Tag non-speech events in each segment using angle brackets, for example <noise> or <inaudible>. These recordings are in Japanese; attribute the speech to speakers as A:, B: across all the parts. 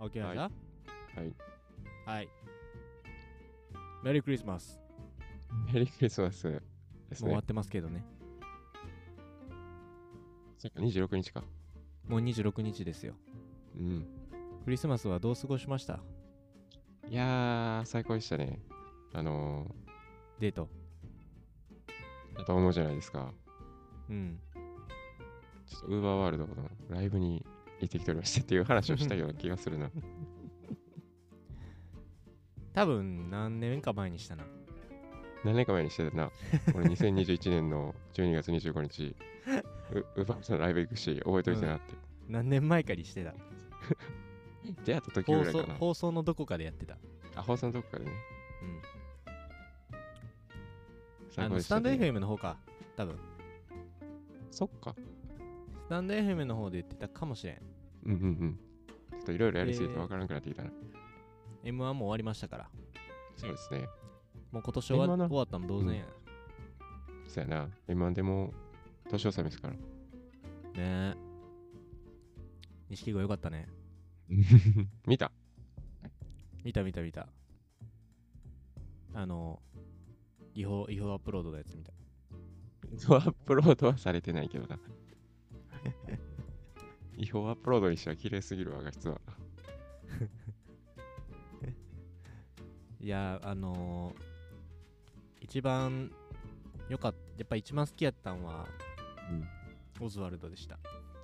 A: OK なんだ
B: はい。
A: はい。メリークリスマス。
B: メリークリスマスで
A: もう
B: す
A: 終わ
B: ね
A: っ。てますけどね。
B: そっか26日か。
A: もう26日ですよ。
B: うん。
A: クリスマスはどう過ごしました
B: いやー、最高でしたね。あの
A: デート。
B: ー、だと思うじゃないですか。
A: うん。
B: ちょっとウーバーワールドのライブに行ってきておりましてっていう話をしたような気がす
A: <laughs>
B: るな。
A: 多分何年か前にしたな。
B: 何年か前にしてたな。俺2021年の12月25日、ウウーバーワールドのライブ行くし、覚えといてなって。
A: 何年前かにしてた。
B: 出会った時
A: 放
B: ぐらい
A: 送
B: かな。
A: 放送のどこかでやってた。
B: あ、放送のとこからね。
A: うん。
B: 最
A: あ
B: 高
A: の
B: で
A: ス
B: し
A: タ
B: た
A: ンド
B: ね
A: FM の方か。多分
B: そっか。
A: スタンド FM の方で言ってたかもしれん。
B: うんうんうん。ちょっといろいろやりすぎて
A: えー
B: わからなくなってきたな。
A: M1 も終わりましたから。
B: そうですね。
A: もう今年終わ
B: M1 な
A: 終わったの同然や。
B: そうやな。M1 でも年納めですから。
A: ねえ。錦鯉よかったね。
B: 見 <laughs> た
A: 見た見た見た。あの、違法、違法アップロードのやつ見た。
B: アップロードはされてないけどな。 <laughs> 違法アップロードにしては綺麗すぎるわ、画質は。
A: いやーあのー、一番よかったやっぱ一番好きやったんは
B: うん。
A: オズワルドでした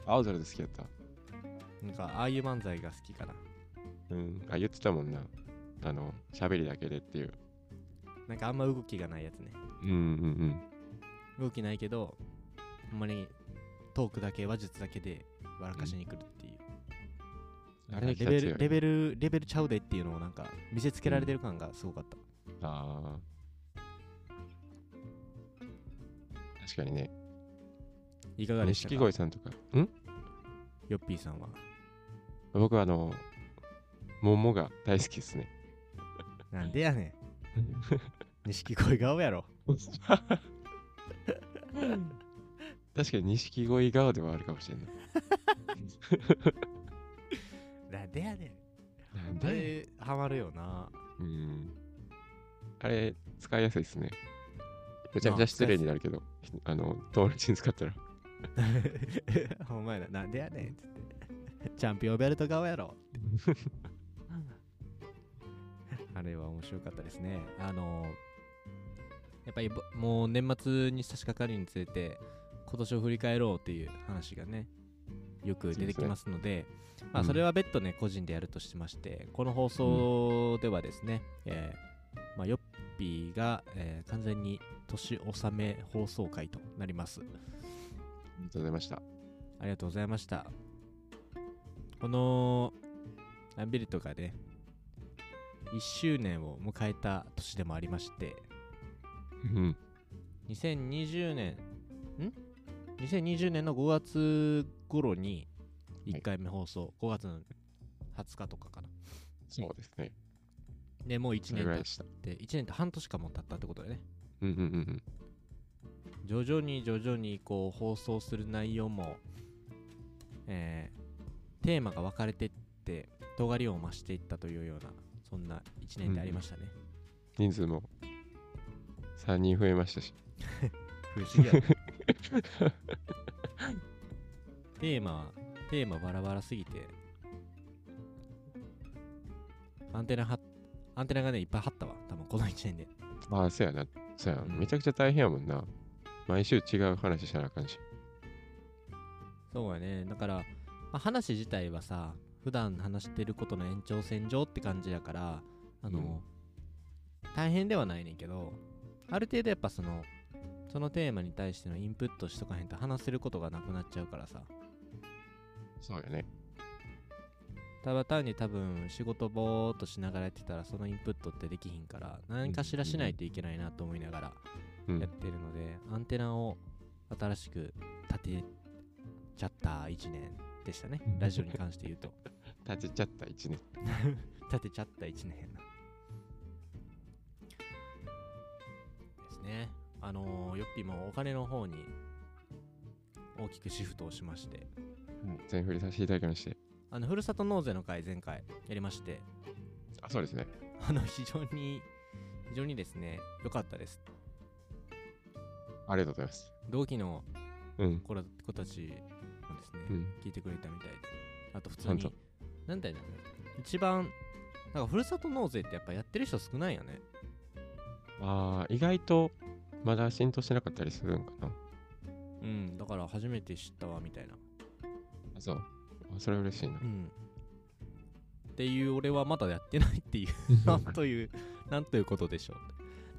B: 青空で好きやった。
A: なんかああいう漫才が好きかな
B: うん。あ、言ってたもんな。あの、喋りだけでっていう。
A: なんかあんま動きがないやつね
B: うんうん
A: 動きないけどほんまにトークだけ話術だけで笑かしに来るっていう、
B: うん。
A: なんかレベルレ
B: ル。
A: ベルレベルちゃうでっていうのをなんか見せつけられてる感がすごかった、
B: あー確かにね。
A: いかがでした
B: 錦
A: か
B: 鯉さんとか。ん
A: ヨッピーさんは
B: 僕はあの、桃が大好きですね。
A: なんでやねん錦鯉顔やろ
B: 確かに錦鯉顔ではあるかもしれない。
A: なんでやねん
B: なん
A: あれハマるよな
B: うん。あれ、使いやすいですね。めちゃめちゃ失礼になるけど、あの、友達に使ったら。
A: <laughs> お前らなんでやねんっつってチャンピオンベルト顔やろあれは面白かったですねあのやっぱりぼもう年末に差し掛かるにつれて今年を振り返ろうっていう話がねよく出てきますのでまあ、
B: うん
A: それは別途ね、個人でやるとしてましてこの放送ではですね、えーまあ、ヨッピーが、えー完全に年納め放送会となります
B: ありがとうございました。
A: ありがとうございました。このアンビリとかね、1周年を迎えた年でもありまして、
B: うん。
A: 2020年、ん ?2020 年の5月頃に1回目放送、5月の20日とかかな。
B: そうですね。
A: で、もう1
B: それ
A: 年
B: ぐらい
A: 経っ
B: でした。
A: て、1年と半年かも経ったってことだよね。
B: うんうんうん
A: 徐々に徐々にこう放送する内容も、えーテーマが分かれてって尖りを増していったというようなそんな1年でありましたね、
B: 人数も3人増えましたし。
A: 不思議やね <laughs> テーマはテーマバラバラすぎてアンテナはアンテナがねいっぱい張ったわ多分この1年で
B: ああ、そうやな。そうや。
A: うん
B: めちゃくちゃ大変やもんな。毎週違う話しなあかんし。
A: そうやねだから、まあ話自体はさ普段話してることの延長線上って感じやからあの、
B: うん
A: 大変ではないねんけどある程度やっぱそのそのテーマに対してのインプットしとかへんと話せることがなくなっちゃうからさ
B: そうやね。
A: ただ単に多分仕事ぼーっとしながらやってたらそのインプットってできひんから何かしらしないといけないなと思いながら
B: う
A: やっ
B: ん。
A: てるので、アンテナを新しく立てちゃった1年でしたねラジオに関して言うと
B: 立ちちゃった1年。
A: 立てちゃった1年ですねあのー、ヨッピーもお金の方に大きくシフトをしまして
B: 全振りさせていただきまして。
A: あのふるさと納税の会前回やりまして <laughs>
B: あ、そうですね。
A: あの非常に非常にですね良かったです
B: ありがとうございます。
A: 同期の
B: うん。
A: 子ら子たちもですね、
B: うん。
A: 聞いてくれたみたいであと普通
B: ほん
A: に
B: と
A: なんだよね一番なんかふるさと納税ってやっぱやってる人少ないよね
B: ああ、意外とまだ浸透してなかったりするんかな。
A: うんだから初めて知ったわみたいな
B: あ、そう。あそれ嬉しいな
A: う。んっていう俺はまだやってないっていうなん
B: <laughs>
A: というなんということでしょう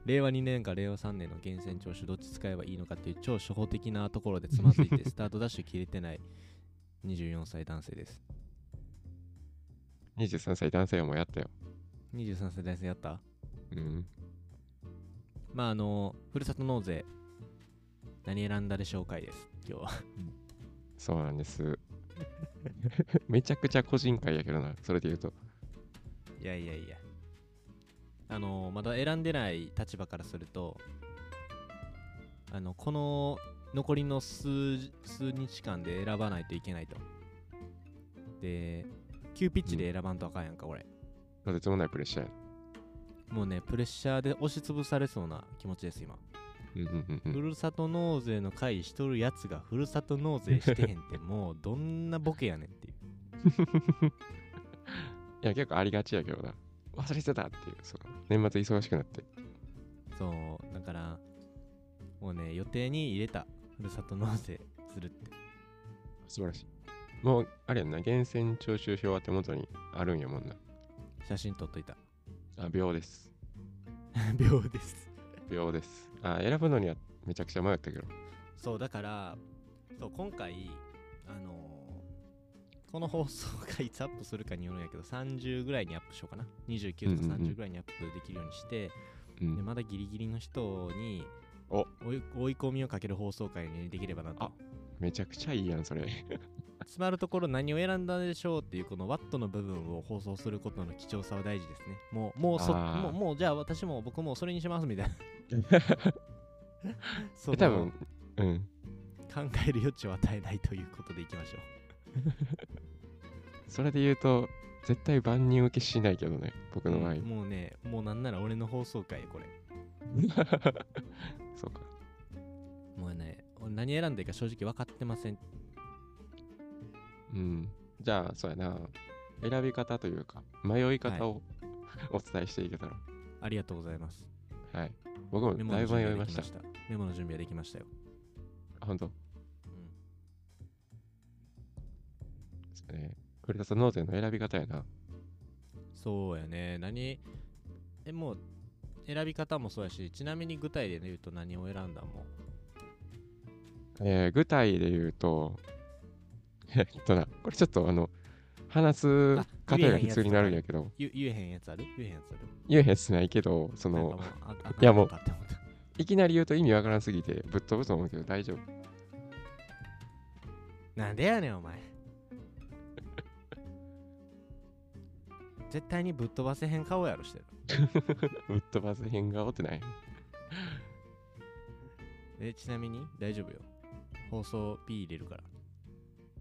A: 令和2年か令和3年の源泉徴収どっち使えばいいのかっていう超初歩的なところでつまずいてスタートダッシュ切れてない24歳男性です
B: 23歳男性はもうやったよ。
A: 23歳男性やった
B: うん。
A: まああのふるさと納税何選んだでしょうかいです今日は
B: そうなんです。 <laughs> めちゃくちゃ個人会やけどな、それで言うと。
A: いやいやいやあのまだ選んでない立場からするとあのこの残りの数日数日間で選ばないといけないとで急ピッチで選ばんとあかんやんか、俺
B: とてつもないプレッシャーや。
A: もうねプレッシャーで押しつぶされそうな気持ちです今、
B: うんうんうんう
A: ふ
B: ん。
A: るさと納税の会しとるやつがふるさと納税してへんって <laughs> もうどんなボケやねんっていう
B: いや、結構ありがちやけどな。忘れてたっていう、そう年末忙しくなって。
A: そうだからもうね予定に入れたふるさと納税するって
B: 素晴らしい。もう、あれやんな、源泉徴収票は手元にあるんやもんな。
A: 写真撮っといた
B: あ、秒です。 <laughs>
A: 秒です
B: 秒です。あ、選ぶのにはめちゃくちゃ迷ったけど。
A: そうだからそう今回あのーこの放送がいつアップするかによるんやけど30ぐらいにアップしようかな29とか
B: うんうんうん
A: 30ぐらいにアップできるようにして、
B: う
A: で
B: ん。
A: まだギリギリの人に
B: お
A: 追い追い込みをかける放送回にできればなと
B: あめちゃくちゃいいやん、それ。
A: つまるところ何を選んだでしょうっていうこのワットの部分を放送することの貴重さは大事ですねもうもうそ
B: あー
A: もうもうじゃあ私も僕もそれにしますみたい
B: <laughs>
A: なその
B: え多分、うん。
A: 考える余地を与えないということでいきましょう
B: それで言うと、絶対万人受けしないけどね、僕の場合。
A: うんもうねもうなんなら俺の放送回これ
B: そうか。
A: もうね俺何選んでいいか正直分かってません
B: うん。じゃあ、そうやな。選び方というか、迷い方を、お伝えしていけたら。
A: ありがとうございます
B: はい。僕も
A: メモ
B: だ
A: の
B: いぶ
A: 準備
B: 迷い
A: は
B: ま
A: で
B: し
A: き
B: た
A: ま。したメモの準備はできましたよ、
B: あ本当
A: うん
B: ですね。ふるさと納税の選び方やな。
A: そうやね何えもう選び方もそうやしちなみに具体で言うと何を選んだんも
B: えー具体で言うと、 <laughs> えっとな、これちょっとあの、話す
A: あ
B: 過程が普通になるんやけど、
A: 言言えへんやつある言えへんやつある
B: 言えへんすないけど、そ
A: なんか
B: の
A: も、うああ
B: いやもう
A: あかんのかって思っ
B: いきなり言うと意味わからんすぎて、ぶっ飛ぶと思うけど大丈夫。
A: たなんでやねんお
B: <laughs>
A: 前絶対にぶっ飛ばせへん顔やろしてる
B: ぶっ飛ばず変顔ってない。
A: えちなみに大丈夫よ放送 P 入れるから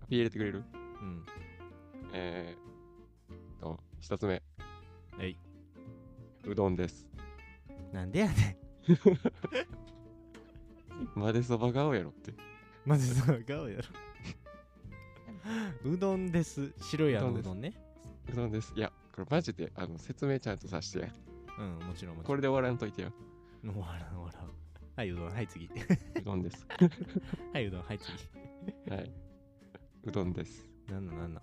B: ピー入れてくれる
A: うん
B: えー、と、一つ目、
A: はいう
B: どんです。
A: なんでやねん
B: までそば顔やろって。
A: まずその顔やろうどんです白いあのう
B: う
A: ど
B: ど
A: んね
B: うどんです。いや、これマジで、あの、説明ちゃんとさせてや。
A: うんもちろんもちろん
B: これで終わらんといてよ。
A: もう笑う笑う。はい、うどん、はい、次。
B: うどん <laughs> です。
A: はい、うどん、はい、次。
B: はい。うどんです。
A: なんのなんの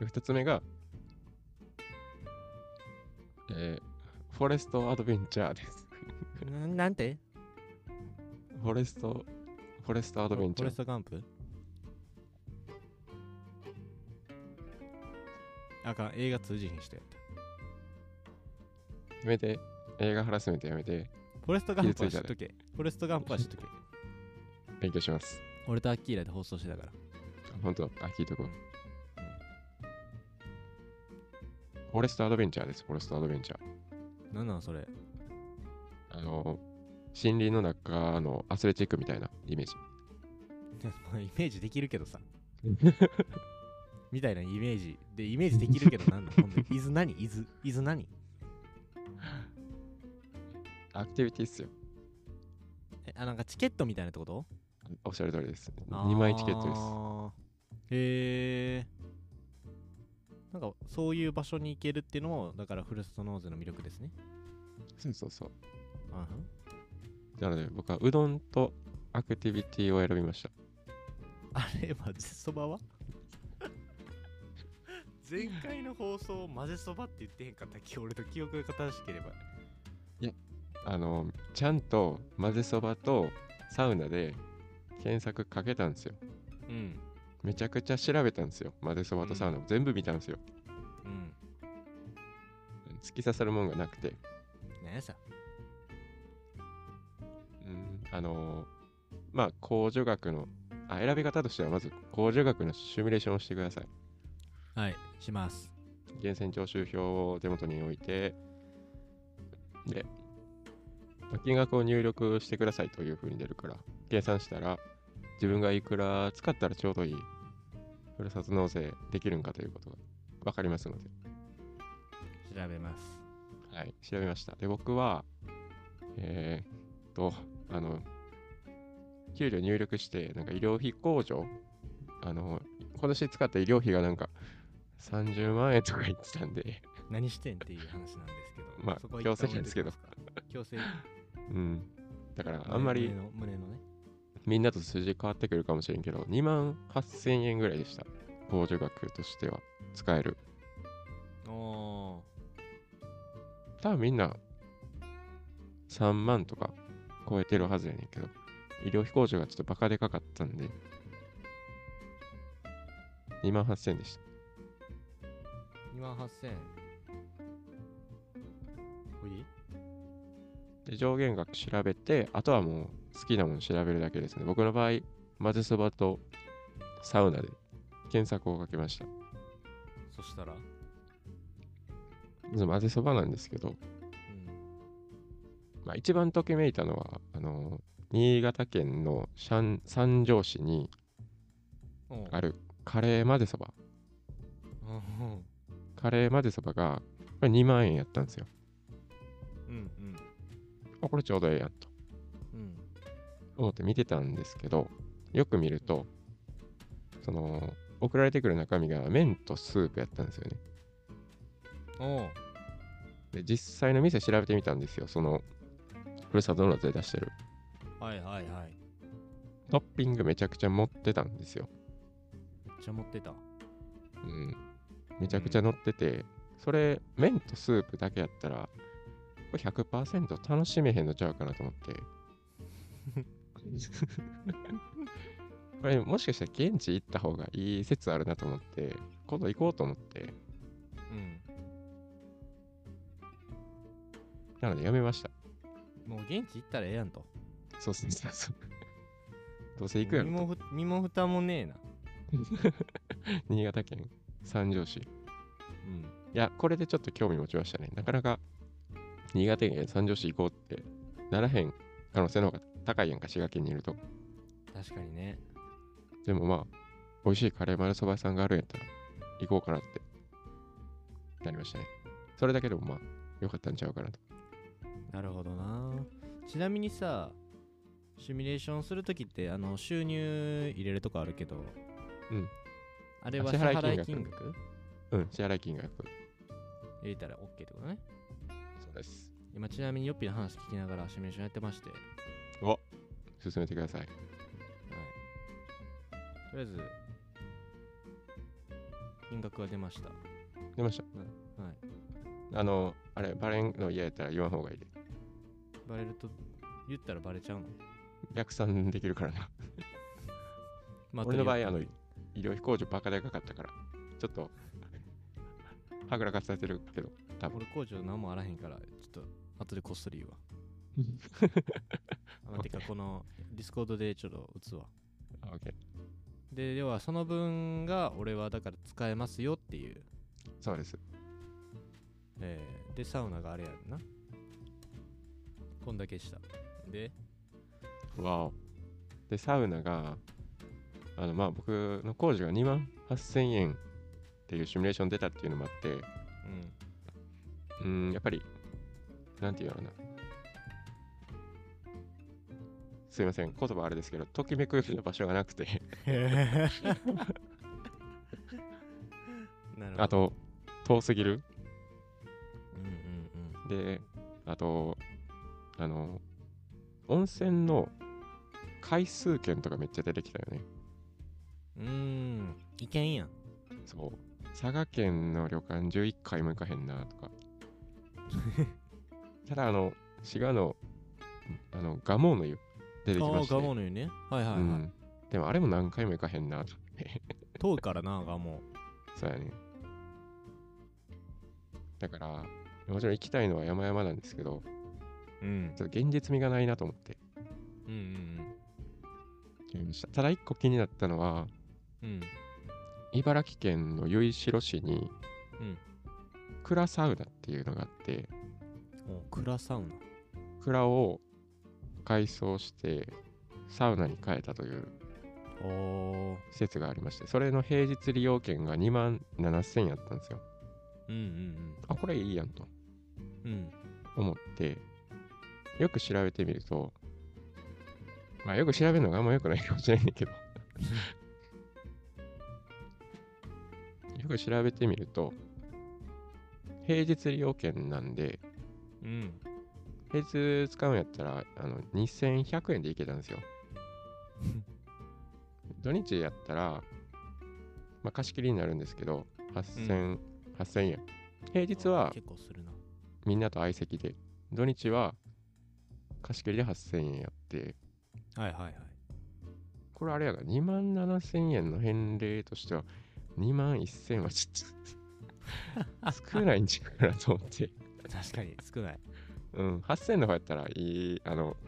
B: で二つ目が、えーフォレストアドベンチャーです。
A: なんなんて
B: フォレスト、フォレストア
A: フ
B: ドベン
A: ォ
B: チャ
A: レ
B: ー
A: ス。トガンプあかん、映画通じひん人やった。
B: やめて、映画ハラスメントやめて、
A: フォレストガンプは知
B: 傷つい
A: ったと
B: ね
A: け。フォレストガンプは知っとけ。
B: 勉強します。
A: 俺とアッキーラで放送してたから。
B: 本当あ、聞いとこう。フォレストアドベンチャーです、フォレストアドベンチャー。
A: なんなんそれ
B: あの、森林の中のアスレチッ
A: <laughs>
B: クみたいなイメージ。 <laughs>
A: まあイメージできるけどさ。みたいなイメージでイメージできるけどなんだ本当に伊豆何伊豆伊豆何
B: アクティビティっすよ。
A: えあなんかチケットみたいなってこと
B: おっしゃる通りです。2枚チケットで
A: で
B: す。
A: すへえなんかそういう場所に行けるっていうのもだからふるさと納税の魅力ですね
B: そうそうそう。
A: あはん
B: なので僕はうどんとアクティビティを選びました。
A: あれマジそ
B: <laughs>
A: ばは前回の放送マジそばって言ってへんかったっけ俺と記憶が正しければ
B: あの、ちゃんと混ぜそばとサウナで検索かけたんですよ。
A: うん
B: めちゃくちゃ調べたんですよ。混ぜそばとサウナも全部見たんですよ。
A: うん
B: 突き刺さるもんがなくて。
A: 何やさ
B: うん、あのーまあ、控除額の、あ、選び方としてはまず控除額のシミュレーションをしてください。
A: はいします
B: 源泉徴収票を手元に置いて、で、まあ金額を入力してくださいというふうに出るから、計算したら、自分がいくら使ったらちょうどいい、ふるさと納税できるんかということが分かりますので、
A: 調べます
B: はい、調べました。で、僕は、えーっと、あの、給料入力して、なんか医療費控除、あの、今年使った医療費がなんか30万円とか言ってたんで、
A: 何してんっていう話なんですけど
B: まあ
A: そこは一旦
B: 強制なんですけど
A: 置いときますか強制
B: うん。だから、 <laughs> あんまり
A: 胸の胸のね
B: みんなと数字変わってくるかもしれんけど、2万8000円ぐらいでした。控除額としては使える。
A: おー
B: 多分みんな3万とか超えてるはずやねんけど、医療費控除がちょっとバカでかかったんで、2万8000円でした。
A: 2万8000おい
B: で、上限額調べて、あとはもう好きなもの調べるだけですね。僕の場合、混ぜそばとサウナで検索をかけました。
A: そしたら、
B: まず混ぜそばなんですけど、
A: うん、
B: まあ、一番ときめいたのはあの新潟県の三三条市に
A: おう
B: あるカレー混ぜそば
A: うん
B: カレー混ぜそばがこれ2万円やったんですよ
A: うん
B: あこれちょうどええやんと
A: うん
B: 思って見てたんですけどよく見るとその送られてくる中身が麺とスープやったんですよね
A: おう
B: で実際の店調べてみたんですよそのふるさと納税出してる
A: はいはいはい
B: トッピングめちゃくちゃ持ってたんですよ
A: めっちゃ持ってた
B: うん、めちゃくちゃ乗ってて、それ麺とスープだけやったらこれ100%楽しめへんのちゃうかなと思って <laughs> これもしかしたら現地行った方がいい説あるなと思って今度行こうと思って
A: うん
B: なのでやめました
A: もう現地行ったらええやんと
B: そうそうそうそう <laughs> どうせ行くやろ
A: 身
B: と
A: もふ身も蓋もねえな
B: 新潟県三条市い
A: うん
B: やこれでちょっと興味持ちましたねなかなか新潟県三条市行こうってならへん可能性の方が高いやんか滋賀県にいると
A: 確かにね
B: でもまあ、美味しいカレー丸そば屋さんがあるんやったら、行こうかなって、なりましたね。それだけでもまあ、良かったんちゃうかなと。
A: なるほどなちなみにさシミュレーションするときってあの収入入れるとこあるけど
B: うん
A: あれは
B: 支
A: 支
B: 払い
A: 払い
B: 金
A: 金
B: 額
A: 額
B: うん、支払い金額。
A: 入れたら OK ってことね
B: そうです。
A: 今ちなみにヨッピーの話聞きながらシミュレーションやってまして
B: 進めてください。
A: はい。とりあえず、金額が出ました。
B: 出ました。
A: はい。
B: あの、あれ、バレンの嫌やったら言わん方がいいで。
A: バレると、言ったらバレちゃうの。
B: 逆算できるからな。
A: ま
B: 俺の場合、
A: とりえ
B: あ
A: ず
B: の、医療費控除バカでかかったから、ちょっと、はぐらかされてるけど、多分。
A: 俺工場何もあらへんから、ちょっと、後でこっそり言う
B: <laughs>
A: わ。あまあ、てか、この、ディスコードでちょっと打つわ。
B: あ、オッケー。
A: で、要はその分が、俺はだから使えますよっていう。
B: そうです。
A: えーで、サウナがあれやんな。こんだけした。で、
B: わお。で、サウナが、あの、まあ僕の工事が2万8000円っていうシミュレーション出たっていうのもあって、 <laughs>
A: うん
B: うん、やっぱり、なんて言うのかな。すいません、言葉あれですけど、ときめくの場所がなくて、
A: なるほど
B: あと、遠すぎる。
A: うんうん
B: で、あと、あの、温泉の回数券とかめっちゃ出てきたよね。
A: うんうーんいけんやん
B: そう。佐賀県の旅館11回も行かへんなとか。
A: <laughs>
B: ただ、あの、滋賀の、あの、蒲生の湯出てき
A: あ
B: ま
A: あ
B: した、
A: ガ
B: ね
A: モ。の湯ねはいはいはい、
B: うん。でも、あれも何回も行かへんなと。
A: 遠いからなガモ
B: そうやね。だから、もちろん行きたいのは山々なんですけど、
A: うん
B: ちょっと現実味がないなと思って
A: うんうん
B: 決めました。ただ、一個気になったのは、
A: うんうん
B: 茨城県の結城市に、
A: うん
B: 蔵サウナっていうのがあって、
A: お蔵サウナ
B: 蔵を改装して、サウナに変えたという
A: おー
B: 施設がありまして、それの平日利用券が2万7000円やったんですよ。
A: うんうん
B: あ、これいいやんと
A: うんうん
B: 思って、よく調べてみると、まあよく調べるのがあんま良くないかもしれないけど、よく調べてみると、平日利用券なんで、
A: うん
B: 平日使うんやったらあの2100円で行けた
A: <laughs>
B: んですよ土日やったら、まあ、貸し切りになるんですけど8000、8000円平日
A: あー
B: は
A: 結構するな
B: みんなと相席で土日は貸し切りで8000円やって
A: はいはいはい
B: これあれやが2万7000円の返礼としては2万1000はちょっと少ないんちゃうかなと思って
A: 確かに少ない
B: うん、8000の方やったらいい、あの、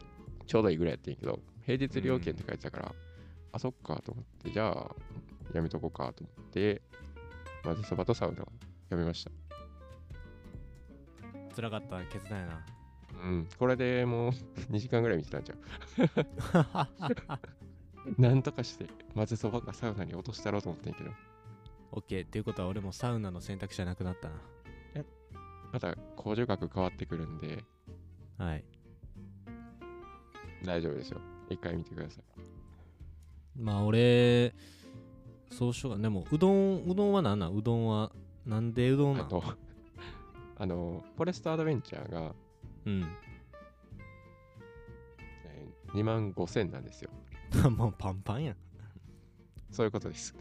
B: ちょうどいいぐらいやってんけど、平日料金って書いてたから、あ、そっかと思って、じゃあ、やめとこうかと思って、まずそばとサウナをやめました。
A: 辛かった決断やな
B: うん、これでもう <laughs> 2時間ぐらい見てたんちゃ
A: <laughs>
B: う。なんとかして、まずそばかサウナに落としたろうと思ってんけど、
A: オッケーっていうことは俺もサウナの選択肢はなくなった
B: また工場額変わってくるんで、
A: なはい
B: 大丈夫ですよ。一回見てください。
A: まあ俺そうしようかでもうどんうどんは何なんうどんはなんでうどん
B: あ
A: なん
B: と、あの、フォレストアドベンチャーが、
A: うん <laughs>
B: え2万5000なんですよ。
A: もうパンパンやん
B: そういうことです。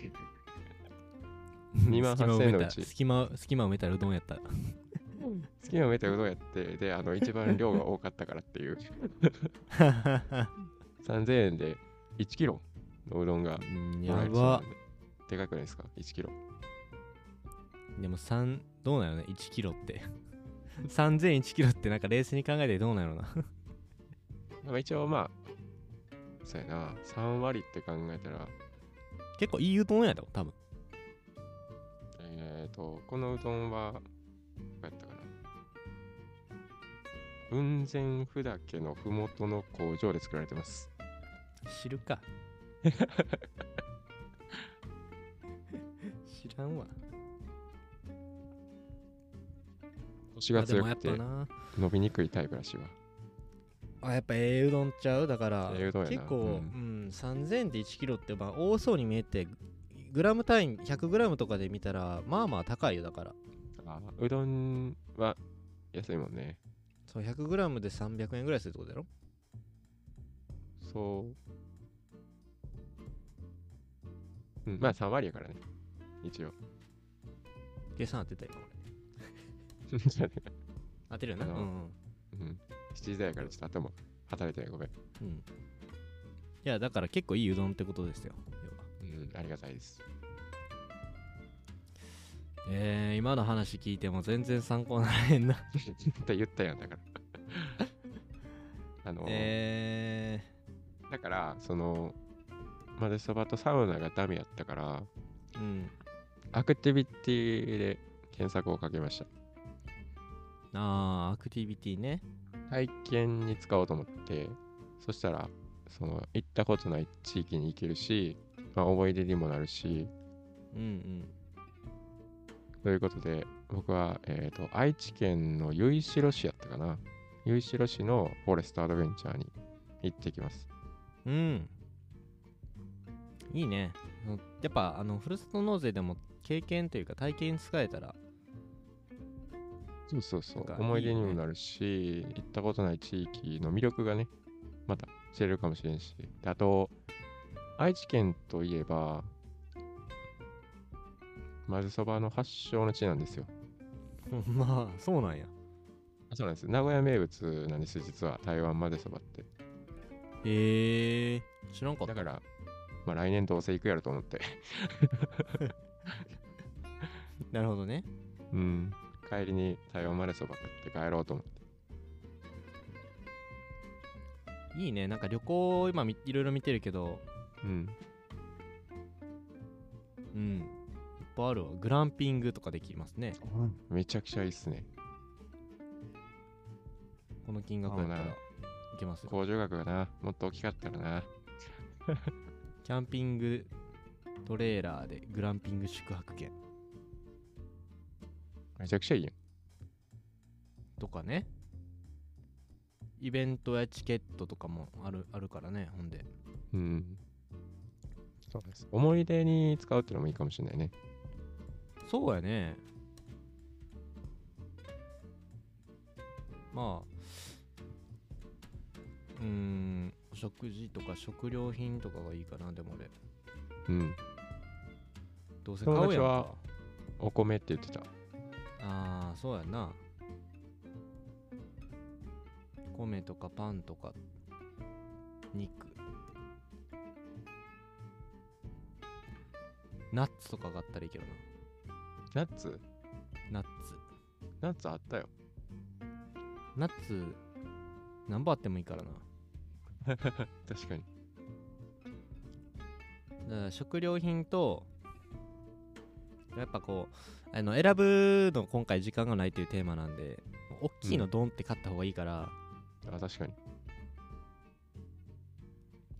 B: 2万8000のうち
A: 隙間埋めた隙間隙間埋めたらうどんや
B: <laughs>
A: った
B: 好きなめたうどんやって、で、あの、一番量が多かったからって
A: <laughs>
B: いう、3000円で1キロのうどんが
A: うんや
B: もらえるそうな
A: ば
B: んで。でかくないですか ?1 キロ。
A: でも3どうなのね1キロって <laughs> 3001キロってなんか冷静に考えてどうなの <laughs> な
B: まあ、一応まあ、そうやな、3割って考えたら、
A: 結構いいうどんやろ多分
B: えっ、と、このうどんは、どうやったかな。雲仙ふだけのふもとの工場で作られてます。
A: 知るか <laughs> 知らんわ
B: 腰が強
A: まあ
B: く
A: でも
B: て
A: やっぱな
B: 伸びにくいタイプらしいわ。
A: あやっぱええうどんちゃうだから
B: ええうどんやな
A: 結構、
B: う
A: うんん3000で1キロってまあ多そうに見えてグラム単位100グラムとかで見たらまあまあ高いよだから
B: あうどんは安いもんね。
A: そう100グラムで300円ぐらいするってことやろ
B: そう。うん、まあ3割やからね。一応。 <laughs>
A: 計算当てた今俺当てるよな
B: あ
A: うん
B: の
A: うん、
B: うん、7時台やからちょっと頭働いてない。ごめん。
A: うん、いやだから結構いいうどんってことですよ要は
B: うん、ありがたいです。
A: えー、今の話聞いても全然参考にならへんな
B: って言ったやんだから。 <laughs> あの、
A: え
B: だから、その、まぜそばとサウナがダメやったから、
A: ー、うん
B: アクティビティで検索をかけました。
A: あーアクティビティね
B: 体験に使おうと思ってそしたらその行ったことない地域に行けるし、まあ、思い出にもなるし
A: うん
B: ということで、僕は、えー、と愛知県の由緒市やったかな。由緒市のフォレストアドベンチャーに行ってきます。
A: うん。いいね。あのやっぱ、あの、ふるさと納税でも経験というか体験使えたら、
B: そうそうそう。
A: なんか
B: 思い出
A: い
B: に
A: い
B: も
A: よね
B: なるし、行ったことない地域の魅力がね、また知れるかもしれんし。であと、愛知県といえば、まぜそばの発祥の地なんですよ。
A: <laughs> まあ、そうなんや。
B: あそうなんです。名古屋名物なんです、実は台湾まぜそばって。
A: へえー、知らんかっ
B: だ
A: た。
B: から、まあ、来年どうせ行くやろと思って。
A: なるほどね。
B: うん。帰りに台湾までそば食って帰ろうと思って。
A: いいね。なんか旅行、今み、いろいろ見てるけど、
B: うん。
A: うん。いっぱいあるわ。グランピングとかできますね。
B: めちゃくちゃいいっすね。
A: この金額だったら
B: あ
A: い
B: もうな
A: けますよ。
B: 工場額がな、もっと大きかったらな。
A: キャンピングトレーラーでグランピング宿泊券
B: めちゃくちゃいいやん。
A: とかね。イベントやチケットとかもあるあるからね、ほんで。
B: うん。そうです。思い出に使うってのもいいかもしれないね。
A: そうやね。まあ、うーん、お食事とか食料品とかがいいかな、でも俺。
B: うん。
A: どうせ買うやん
B: 友達
A: か
B: は。お米って言ってた。
A: ああ、そうやな。米とかパンとか、肉。ナッツとかがあったらいいけど
B: ナッツ
A: な。ナッツ。
B: ナッツあったよ。
A: ナッツ、何本あってもいいからな。
B: 確かに。
A: だから食料品とやっぱこうあの選ぶの今回時間がないというテーマなんで大きいのドンって買った方がいいから、
B: あ、確かに。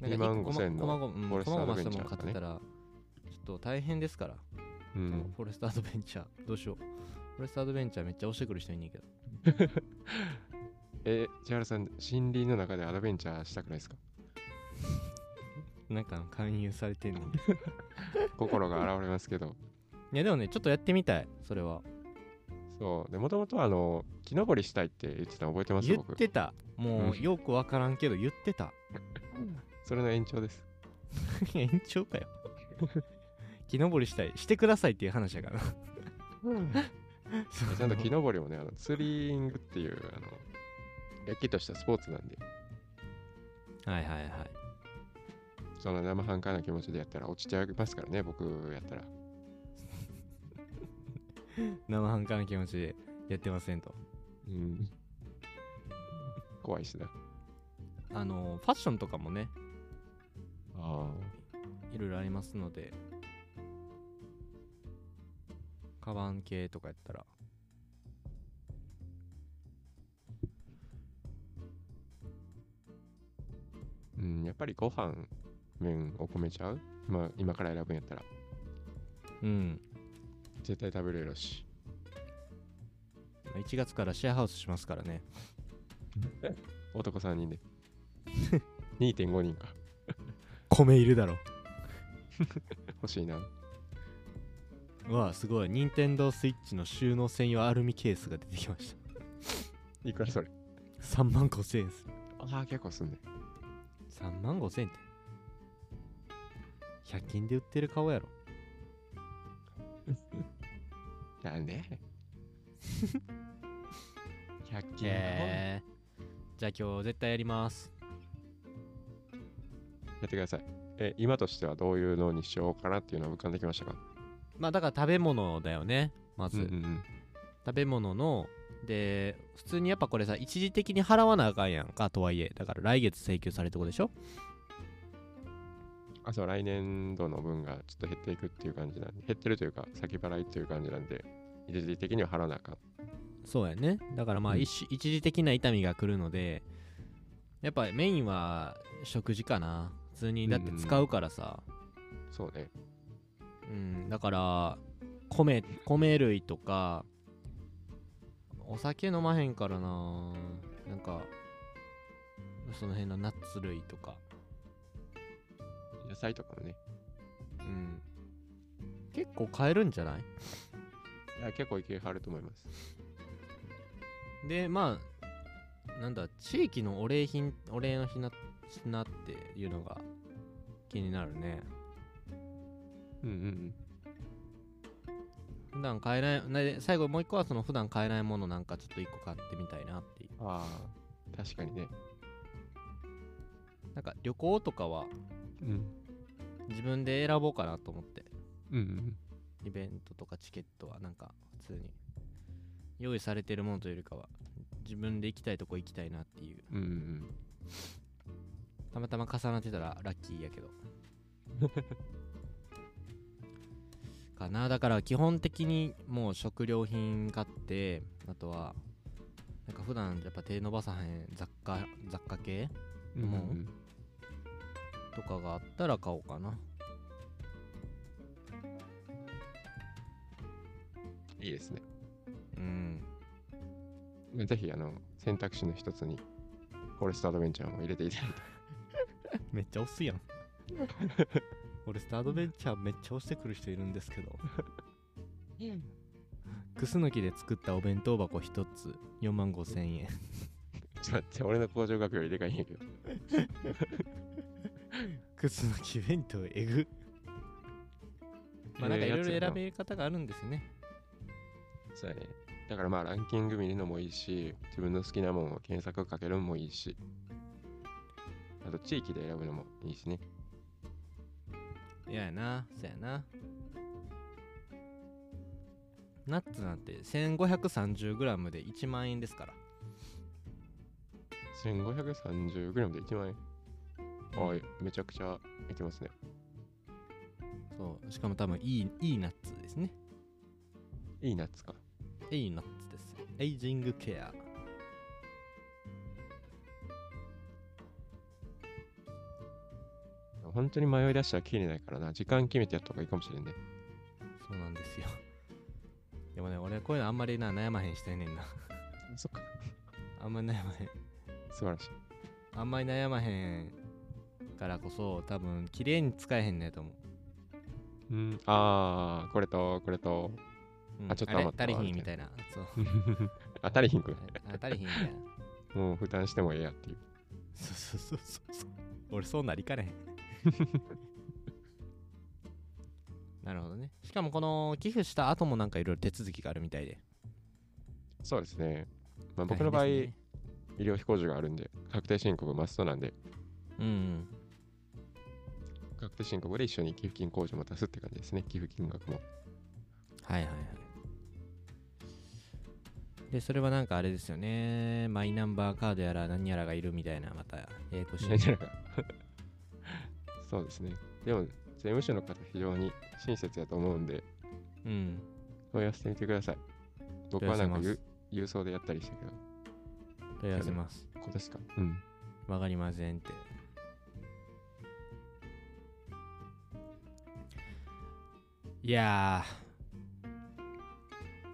A: なんか
B: 2万
A: 一個
B: 5000の
A: こまごまうん
B: フォレス
A: こ
B: ト
A: ま
B: ア
A: ご
B: ド
A: ました
B: ベンチ
A: も
B: ャ
A: ん買
B: ーと
A: っ
B: か
A: て
B: ね
A: たらちょっと大変ですから、
B: う
A: その
B: ん。
A: フォレストアドベンチャーどうしようフォレストアドベンチャーめっちゃ押してくる人いんねんけど
B: え、千原さん、森林の中でアドベンチャーしたくないですか
A: なんか勧誘されてんねんい
B: 心が現れますけど。
A: やでもねちょっとやってみたいそれは
B: そう。で、もともとあの、木登りしたいって言ってたの覚えてます
A: 言
B: 僕
A: っ。てたもう
B: う
A: んよくわからんけど言ってた <laughs>
B: それの延長です。
A: 延長
B: <laughs>
A: かよ木登りしたいしてくださいっていう話やからな <laughs>
B: ちゃんと木登りもね、あのツーリングっていう、あの、れっきとしたスポーツなんで、
A: はいはいはい。
B: その生半可な気持ちでやったら落ちちゃいますからね、僕やったら。
A: 生半可な気持ちでやってませんと。
B: うん。怖いしな。
A: あの、ファッションとかもね、
B: あ
A: いろいろありますので、カバン系とかやったら。
B: うん、やっぱりご飯、麺、お米ちゃうまあ、今から選ぶんやったら、
A: うん。
B: 絶対食べれるやろし。
A: 1月からシェアハウスしますからね。
B: 男3人で。2.5人か。
A: 米いるだろ。
B: 欲しいな。
A: うわあ、すごい。任天堂スイッチの収納専用アルミケースが出てきま <laughs> し
B: いくらそれ。
A: た。3万5千円する。
B: ああ、結構すんね。
A: 3万5千円って。100均で売ってる顔やろ。
B: なん <laughs> で ?100 均や
A: へえ。じゃあ今日絶対やります。
B: ってください。え、今としてはどういうのにしようかなっていうのは浮かんできましたか
A: まあだから食べ物だよね。まず。
B: うんうん
A: 食べ物ので普通にやっぱこれさ一時的に払わなあかんやんかとはいえだから来月請求されるってことでしょ
B: あそう来年度の分がちょっと減っていくっていう感じなんで、減ってるというか、先払いっていう感じなんで、一時的には払わなあかん。
A: そうやねだからまあ、
B: うん
A: 一一時的な痛みが来るのでやっぱメインは食事かな普通にだって使うからさ
B: そうね。
A: うん、だから米米類とかお酒飲まへんからななんかその辺のナッツ類とか
B: 野菜とかもね。
A: うん結構買えるんじゃない
B: いや結構いけはると思います。
A: でまあなんだ地域のお礼品お礼の品品っていうのが気になるね
B: うんうん
A: 普段買えないなで最後もう一個はその普段買えないものなんかちょっと一個買ってみたいなっていう
B: うん。ああ、確かにね。
A: なんか旅行とかは
B: うん。
A: 自分で選ぼうかなと思って
B: うんうん。
A: イベントとかチケットはなんか普通に用意されてるものというよりかは自分で行きたいとこ行きたいなっていう
B: うんうん
A: たまたま重なってたらラッキーやけどかなだから基本的にもう食料品買ってあとはなんか普段やっぱ手伸ばさへん雑貨雑貨系
B: うん。
A: もうんとかがあったら買おうかな
B: うん、いいですね。
A: うん
B: ぜひあの選択肢の一つにフォレストアドベンチャーも入れていただいて。
A: めっちゃ押す <laughs> やん俺スタードベンチャーめっちゃ押してくる人いるんですけどクスノキで作ったお弁当箱1つ4万5千円
B: ちょっと待って、俺の工場学よりでかいんやけど。
A: クスノキ弁当えぐまあなんかいろいろ選べ方があるんですね
B: そうやね。だからまあランキング見るのもいいし、自分の好きなものを検索かけるのもいいし、あと地域で選ぶのもいいしね。
A: いややなそやなナッツなんて 1530g で1万円ですから
B: 1530g で1万円。はい、めちゃくちゃいけますね。
A: そうしかも多分いいいいナッツですね
B: いいナッツか。
A: いいナッツですエイジングケア
B: 本当に迷い出したら切れないからな。時間決めてやった方がいいかもしれんね。
A: そうなんですよでもね俺こういうのあんまりな悩まへんしてんねんな <laughs>
B: そっか。
A: あんまり悩まへん
B: 素晴らしい。
A: あんまり悩まへんからこそ多分綺麗に使えへんねと思う、
B: うん、あー、これと、これと。
A: うん
B: あちょっと
A: れ
B: 余ったわ
A: 足りひんみたいなそう
B: あたりひんくん。
A: あれあ足りひんみたいな
B: もう負担してもええやっていう。
A: そうそうそうそう俺そうなりかね
B: <laughs>
A: へんなるほどねしかもこの寄付した後もなんかいろいろ手続きがあるみたいで
B: そうですね。まあ、僕の場合、
A: 大変ですね
B: 医療費控除があるんで、確定申告マストなんで、
A: うんうん
B: 確定申告で一緒に寄付金控除も足すって感じですね、寄付金額も。
A: はいはいはいでそれはなんかあれですよねマイナンバーカードやら何やらがいるみたいなまたややこしい
B: 何やらが <laughs> そうですね。でも、税務署の方、非常に親切やと思うんで、
A: うん
B: 問い合わせてみてください。僕はなんか
A: お願いしま
B: ゆ郵送でやったりしたけど、
A: 問い合わせます
B: 今年か。うん。。
A: わかりませんって。いや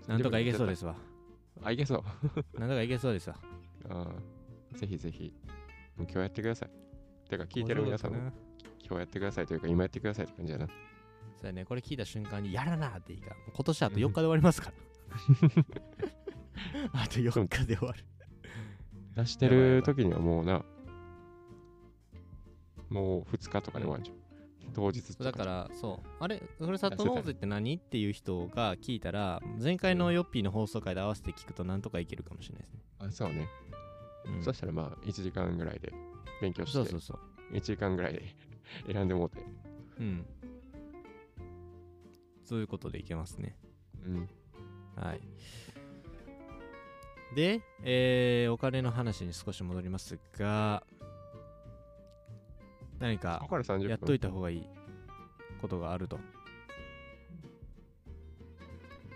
A: ー、なんとかいけそうですすわ。
B: あ、いけそう。
A: なんとかいけそうですわ。
B: あーぜひぜひ、今日やってください。てか、聞いてる皆さんも
A: 面白か
B: 今日やってくださいというか、今やってくださいって感じだな。
A: ったなそうやね、これ聞いた瞬間に、やらなっていいから。もう今年あと4日で終わりますから。
B: <laughs>
A: あと4日で終わる。
B: 出してる時にはもうな、もう2日とかで終わるじゃん。当日、
A: だからら、そう。あれ、ふるさと納税って何っていう人が聞いたら、前回のヨッピーの放送回で合わせて聞くと、なんとかいけるかもしれないですね。
B: あそうね。
A: うん
B: そしたらまあ、1時間ぐらいで勉強して、
A: そうそうそう。
B: 1時間ぐらいで <laughs> 選んでもうて。
A: うん。そういうことでいけますね。
B: うん。
A: はい。で、えーお金の話に少し戻りますが、何
B: こ
A: か
B: こから30分。
A: やっといた方がいいことがあると。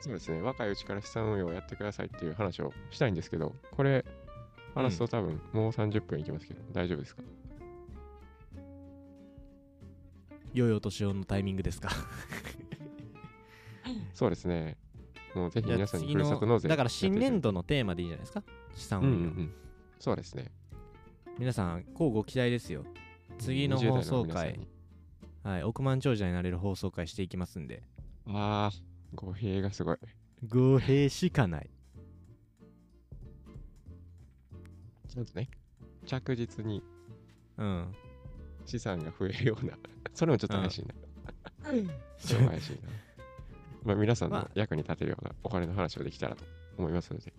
B: そうですね。若いうちから資産運用をやってくださいっていう話をしたいんですけど、これ、話すと多分もう30分いきますけど、大丈夫ですか
A: 良いお年をのタイミングですか。
B: そうですね。もうぜひ
A: じゃあ
B: 皆さんに
A: 次
B: ふるさと納税。
A: だから新年
B: 度。
A: 度のテーマでいいんじゃないですか資産
B: うんう
A: 運
B: ん
A: 用、
B: うん。そうですね。
A: 皆さん交互期待ですよ次の
B: 20代
A: 放送
B: 皆さん
A: 回
B: に。
A: はい、億万長者になれる放送回していきますんで
B: ああ、語弊がすごい。
A: 語弊しかない
B: ちゃんとね、着実に
A: うん
B: 資産が増えるような、 <laughs> それもちょっと怪しいな。それも
A: <laughs>
B: 怪しいな。まあ皆さん
A: まあ
B: の役に立てるようなお金の話をできたらと思いますので。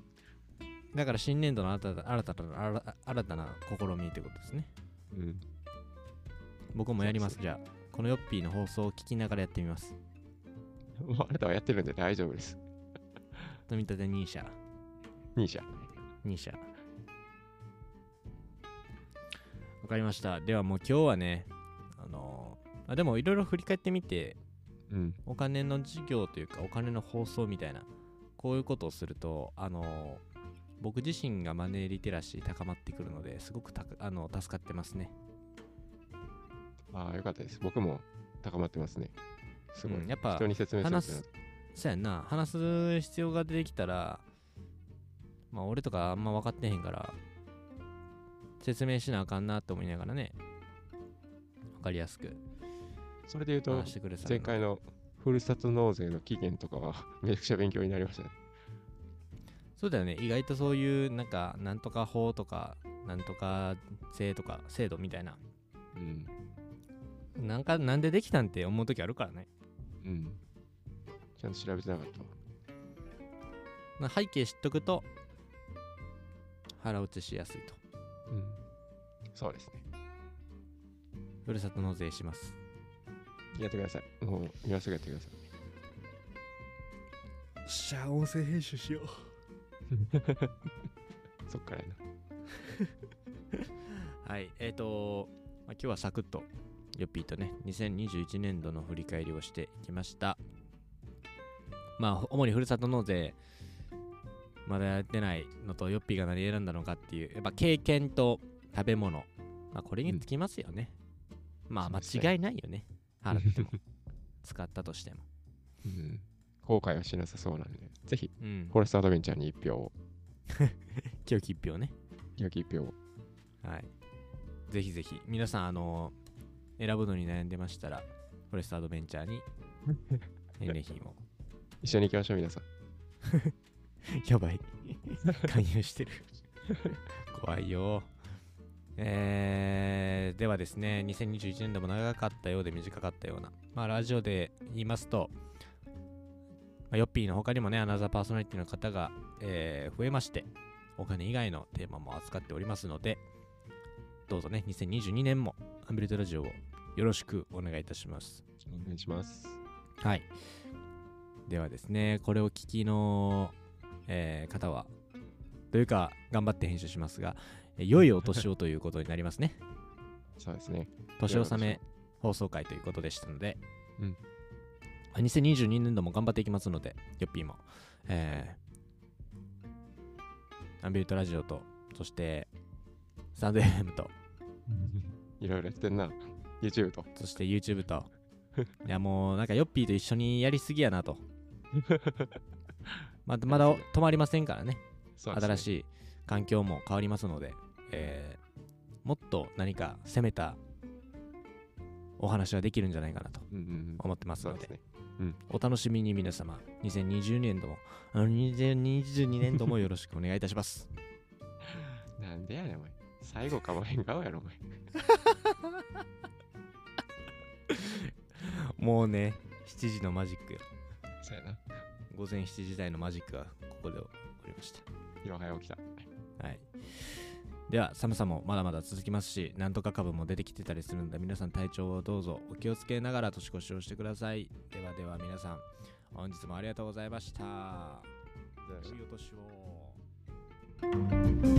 A: だから新年度の新た新たな新新たな試みってことですね
B: うん。
A: 僕もやります
B: そう
A: じゃあこのヨッピーの放送を聞きながらやってみます
B: もうあなたはやってるんで大丈夫です。
A: 積み立て NISA
B: 兄者。
A: NISA わかりましたではもう今日はねあのーあでもいろいろ振り返ってみて
B: うん。
A: お金の事業というかお金の放送みたいなこういうことをするとあの僕自身がマネーリテラシー高まってくるのですごくたかあの助かってますね、
B: ああ、よかったです。僕も高まってますね。すごい。
A: うんやっぱ
B: 人に説明する
A: 話すそうやんな話す必要が出てきたらまあ俺とかあんま分かってへんから説明しなあかんなと思いながらね分かりやすく
B: それで言うと
A: 話し、てくれた
B: 前回のふるさと納税の期限とかは <laughs> めちゃくちゃ勉強になりましたね。
A: そうだよね意外とそういうなんかなんとか法とかなんとか税とか制度みたいな
B: うん。
A: なんかなんでできたんって思う時あるからね
B: うん。ちゃんと調べてなかったわ。
A: まあ背景知っとくと腹落ちしやすいと
B: うん。そうですね。
A: ふるさと納税します
B: やってください。もう今すぐやってください。
A: しゃ音声編集しよ
B: そっからやな。
A: うはいえっ、と、まあ、今日はサクッとヨッピーとね2021年度の振り返りをしていきましたまあほ主にふるさと納税まだやってないのとヨッピーが何選んだのかっていうやっぱ経験と食べ物まあこれにつきますよね、まあ
B: そうですね
A: 間違いないよね払って
B: <laughs>
A: も使ったとしても
B: うん。後悔はしなさそうなんで、ぜひ、
A: うん
B: フォレストアドベンチャーに一票を、
A: 清き一票ね
B: 良き一票を。
A: はい。ぜひぜひ、皆さん、あの選ぶのに悩んでましたら、フォレストアドベンチャーに、返礼品を。
B: 一緒に行きましょう、皆さん。
A: <laughs> やばい。勧誘してる。怖いよ。えー、ではですね、2021年でも長かったようで短かったような、まあ、ラジオで言いますと、まあ、ヨッピーの他にもね、アナザーパーソナリティの方が、えー増えまして、お金以外のテーマも扱っておりますので、どうぞね、2022年もアンビルトラジオをよろしくお願いいたします。
B: お願いします。
A: はい。ではですね、これを聞きの、えー方は、というか、頑張って編集しますが、えー良いお年をということになります
B: <laughs>
A: ね。
B: そうですね。
A: 年納め放送回ということでしたので、
B: うん
A: あ2022年度も頑張っていきますので、ヨッピーも、えーアンビュートラジオと、そして、スタンド FM と、
B: いろいろやってんな。YouTube と。
A: そして YouTube と、 <laughs> いやもうなんかヨッピーと一緒にやりすぎやな <laughs> と。まだまだ止まりませんからね。
B: そうですね
A: 新しい環境も変わりますので、えーもっと何か攻めたお話ができるんじゃないかなと
B: うんうんうん。
A: 思ってます
B: そう
A: の
B: で
A: です
B: ね。
A: お楽しみに皆様2020年度もあの2022年度もよろしくお願いいたします
B: なんでやねん、お前。最後かまへん顔やろ、お前。
A: <laughs> もうね7時のマジックよ
B: そうやな。
A: 午前7時台のマジックはここで終わりました
B: 今早起きた。
A: はい。では、寒さもまだまだ続きますし、なんとか株も出てきてたりするので、皆さん体調をどうぞお気をつけながら年越しをしてください。ではでは皆さん、本日もありがとうございました。良いお年を。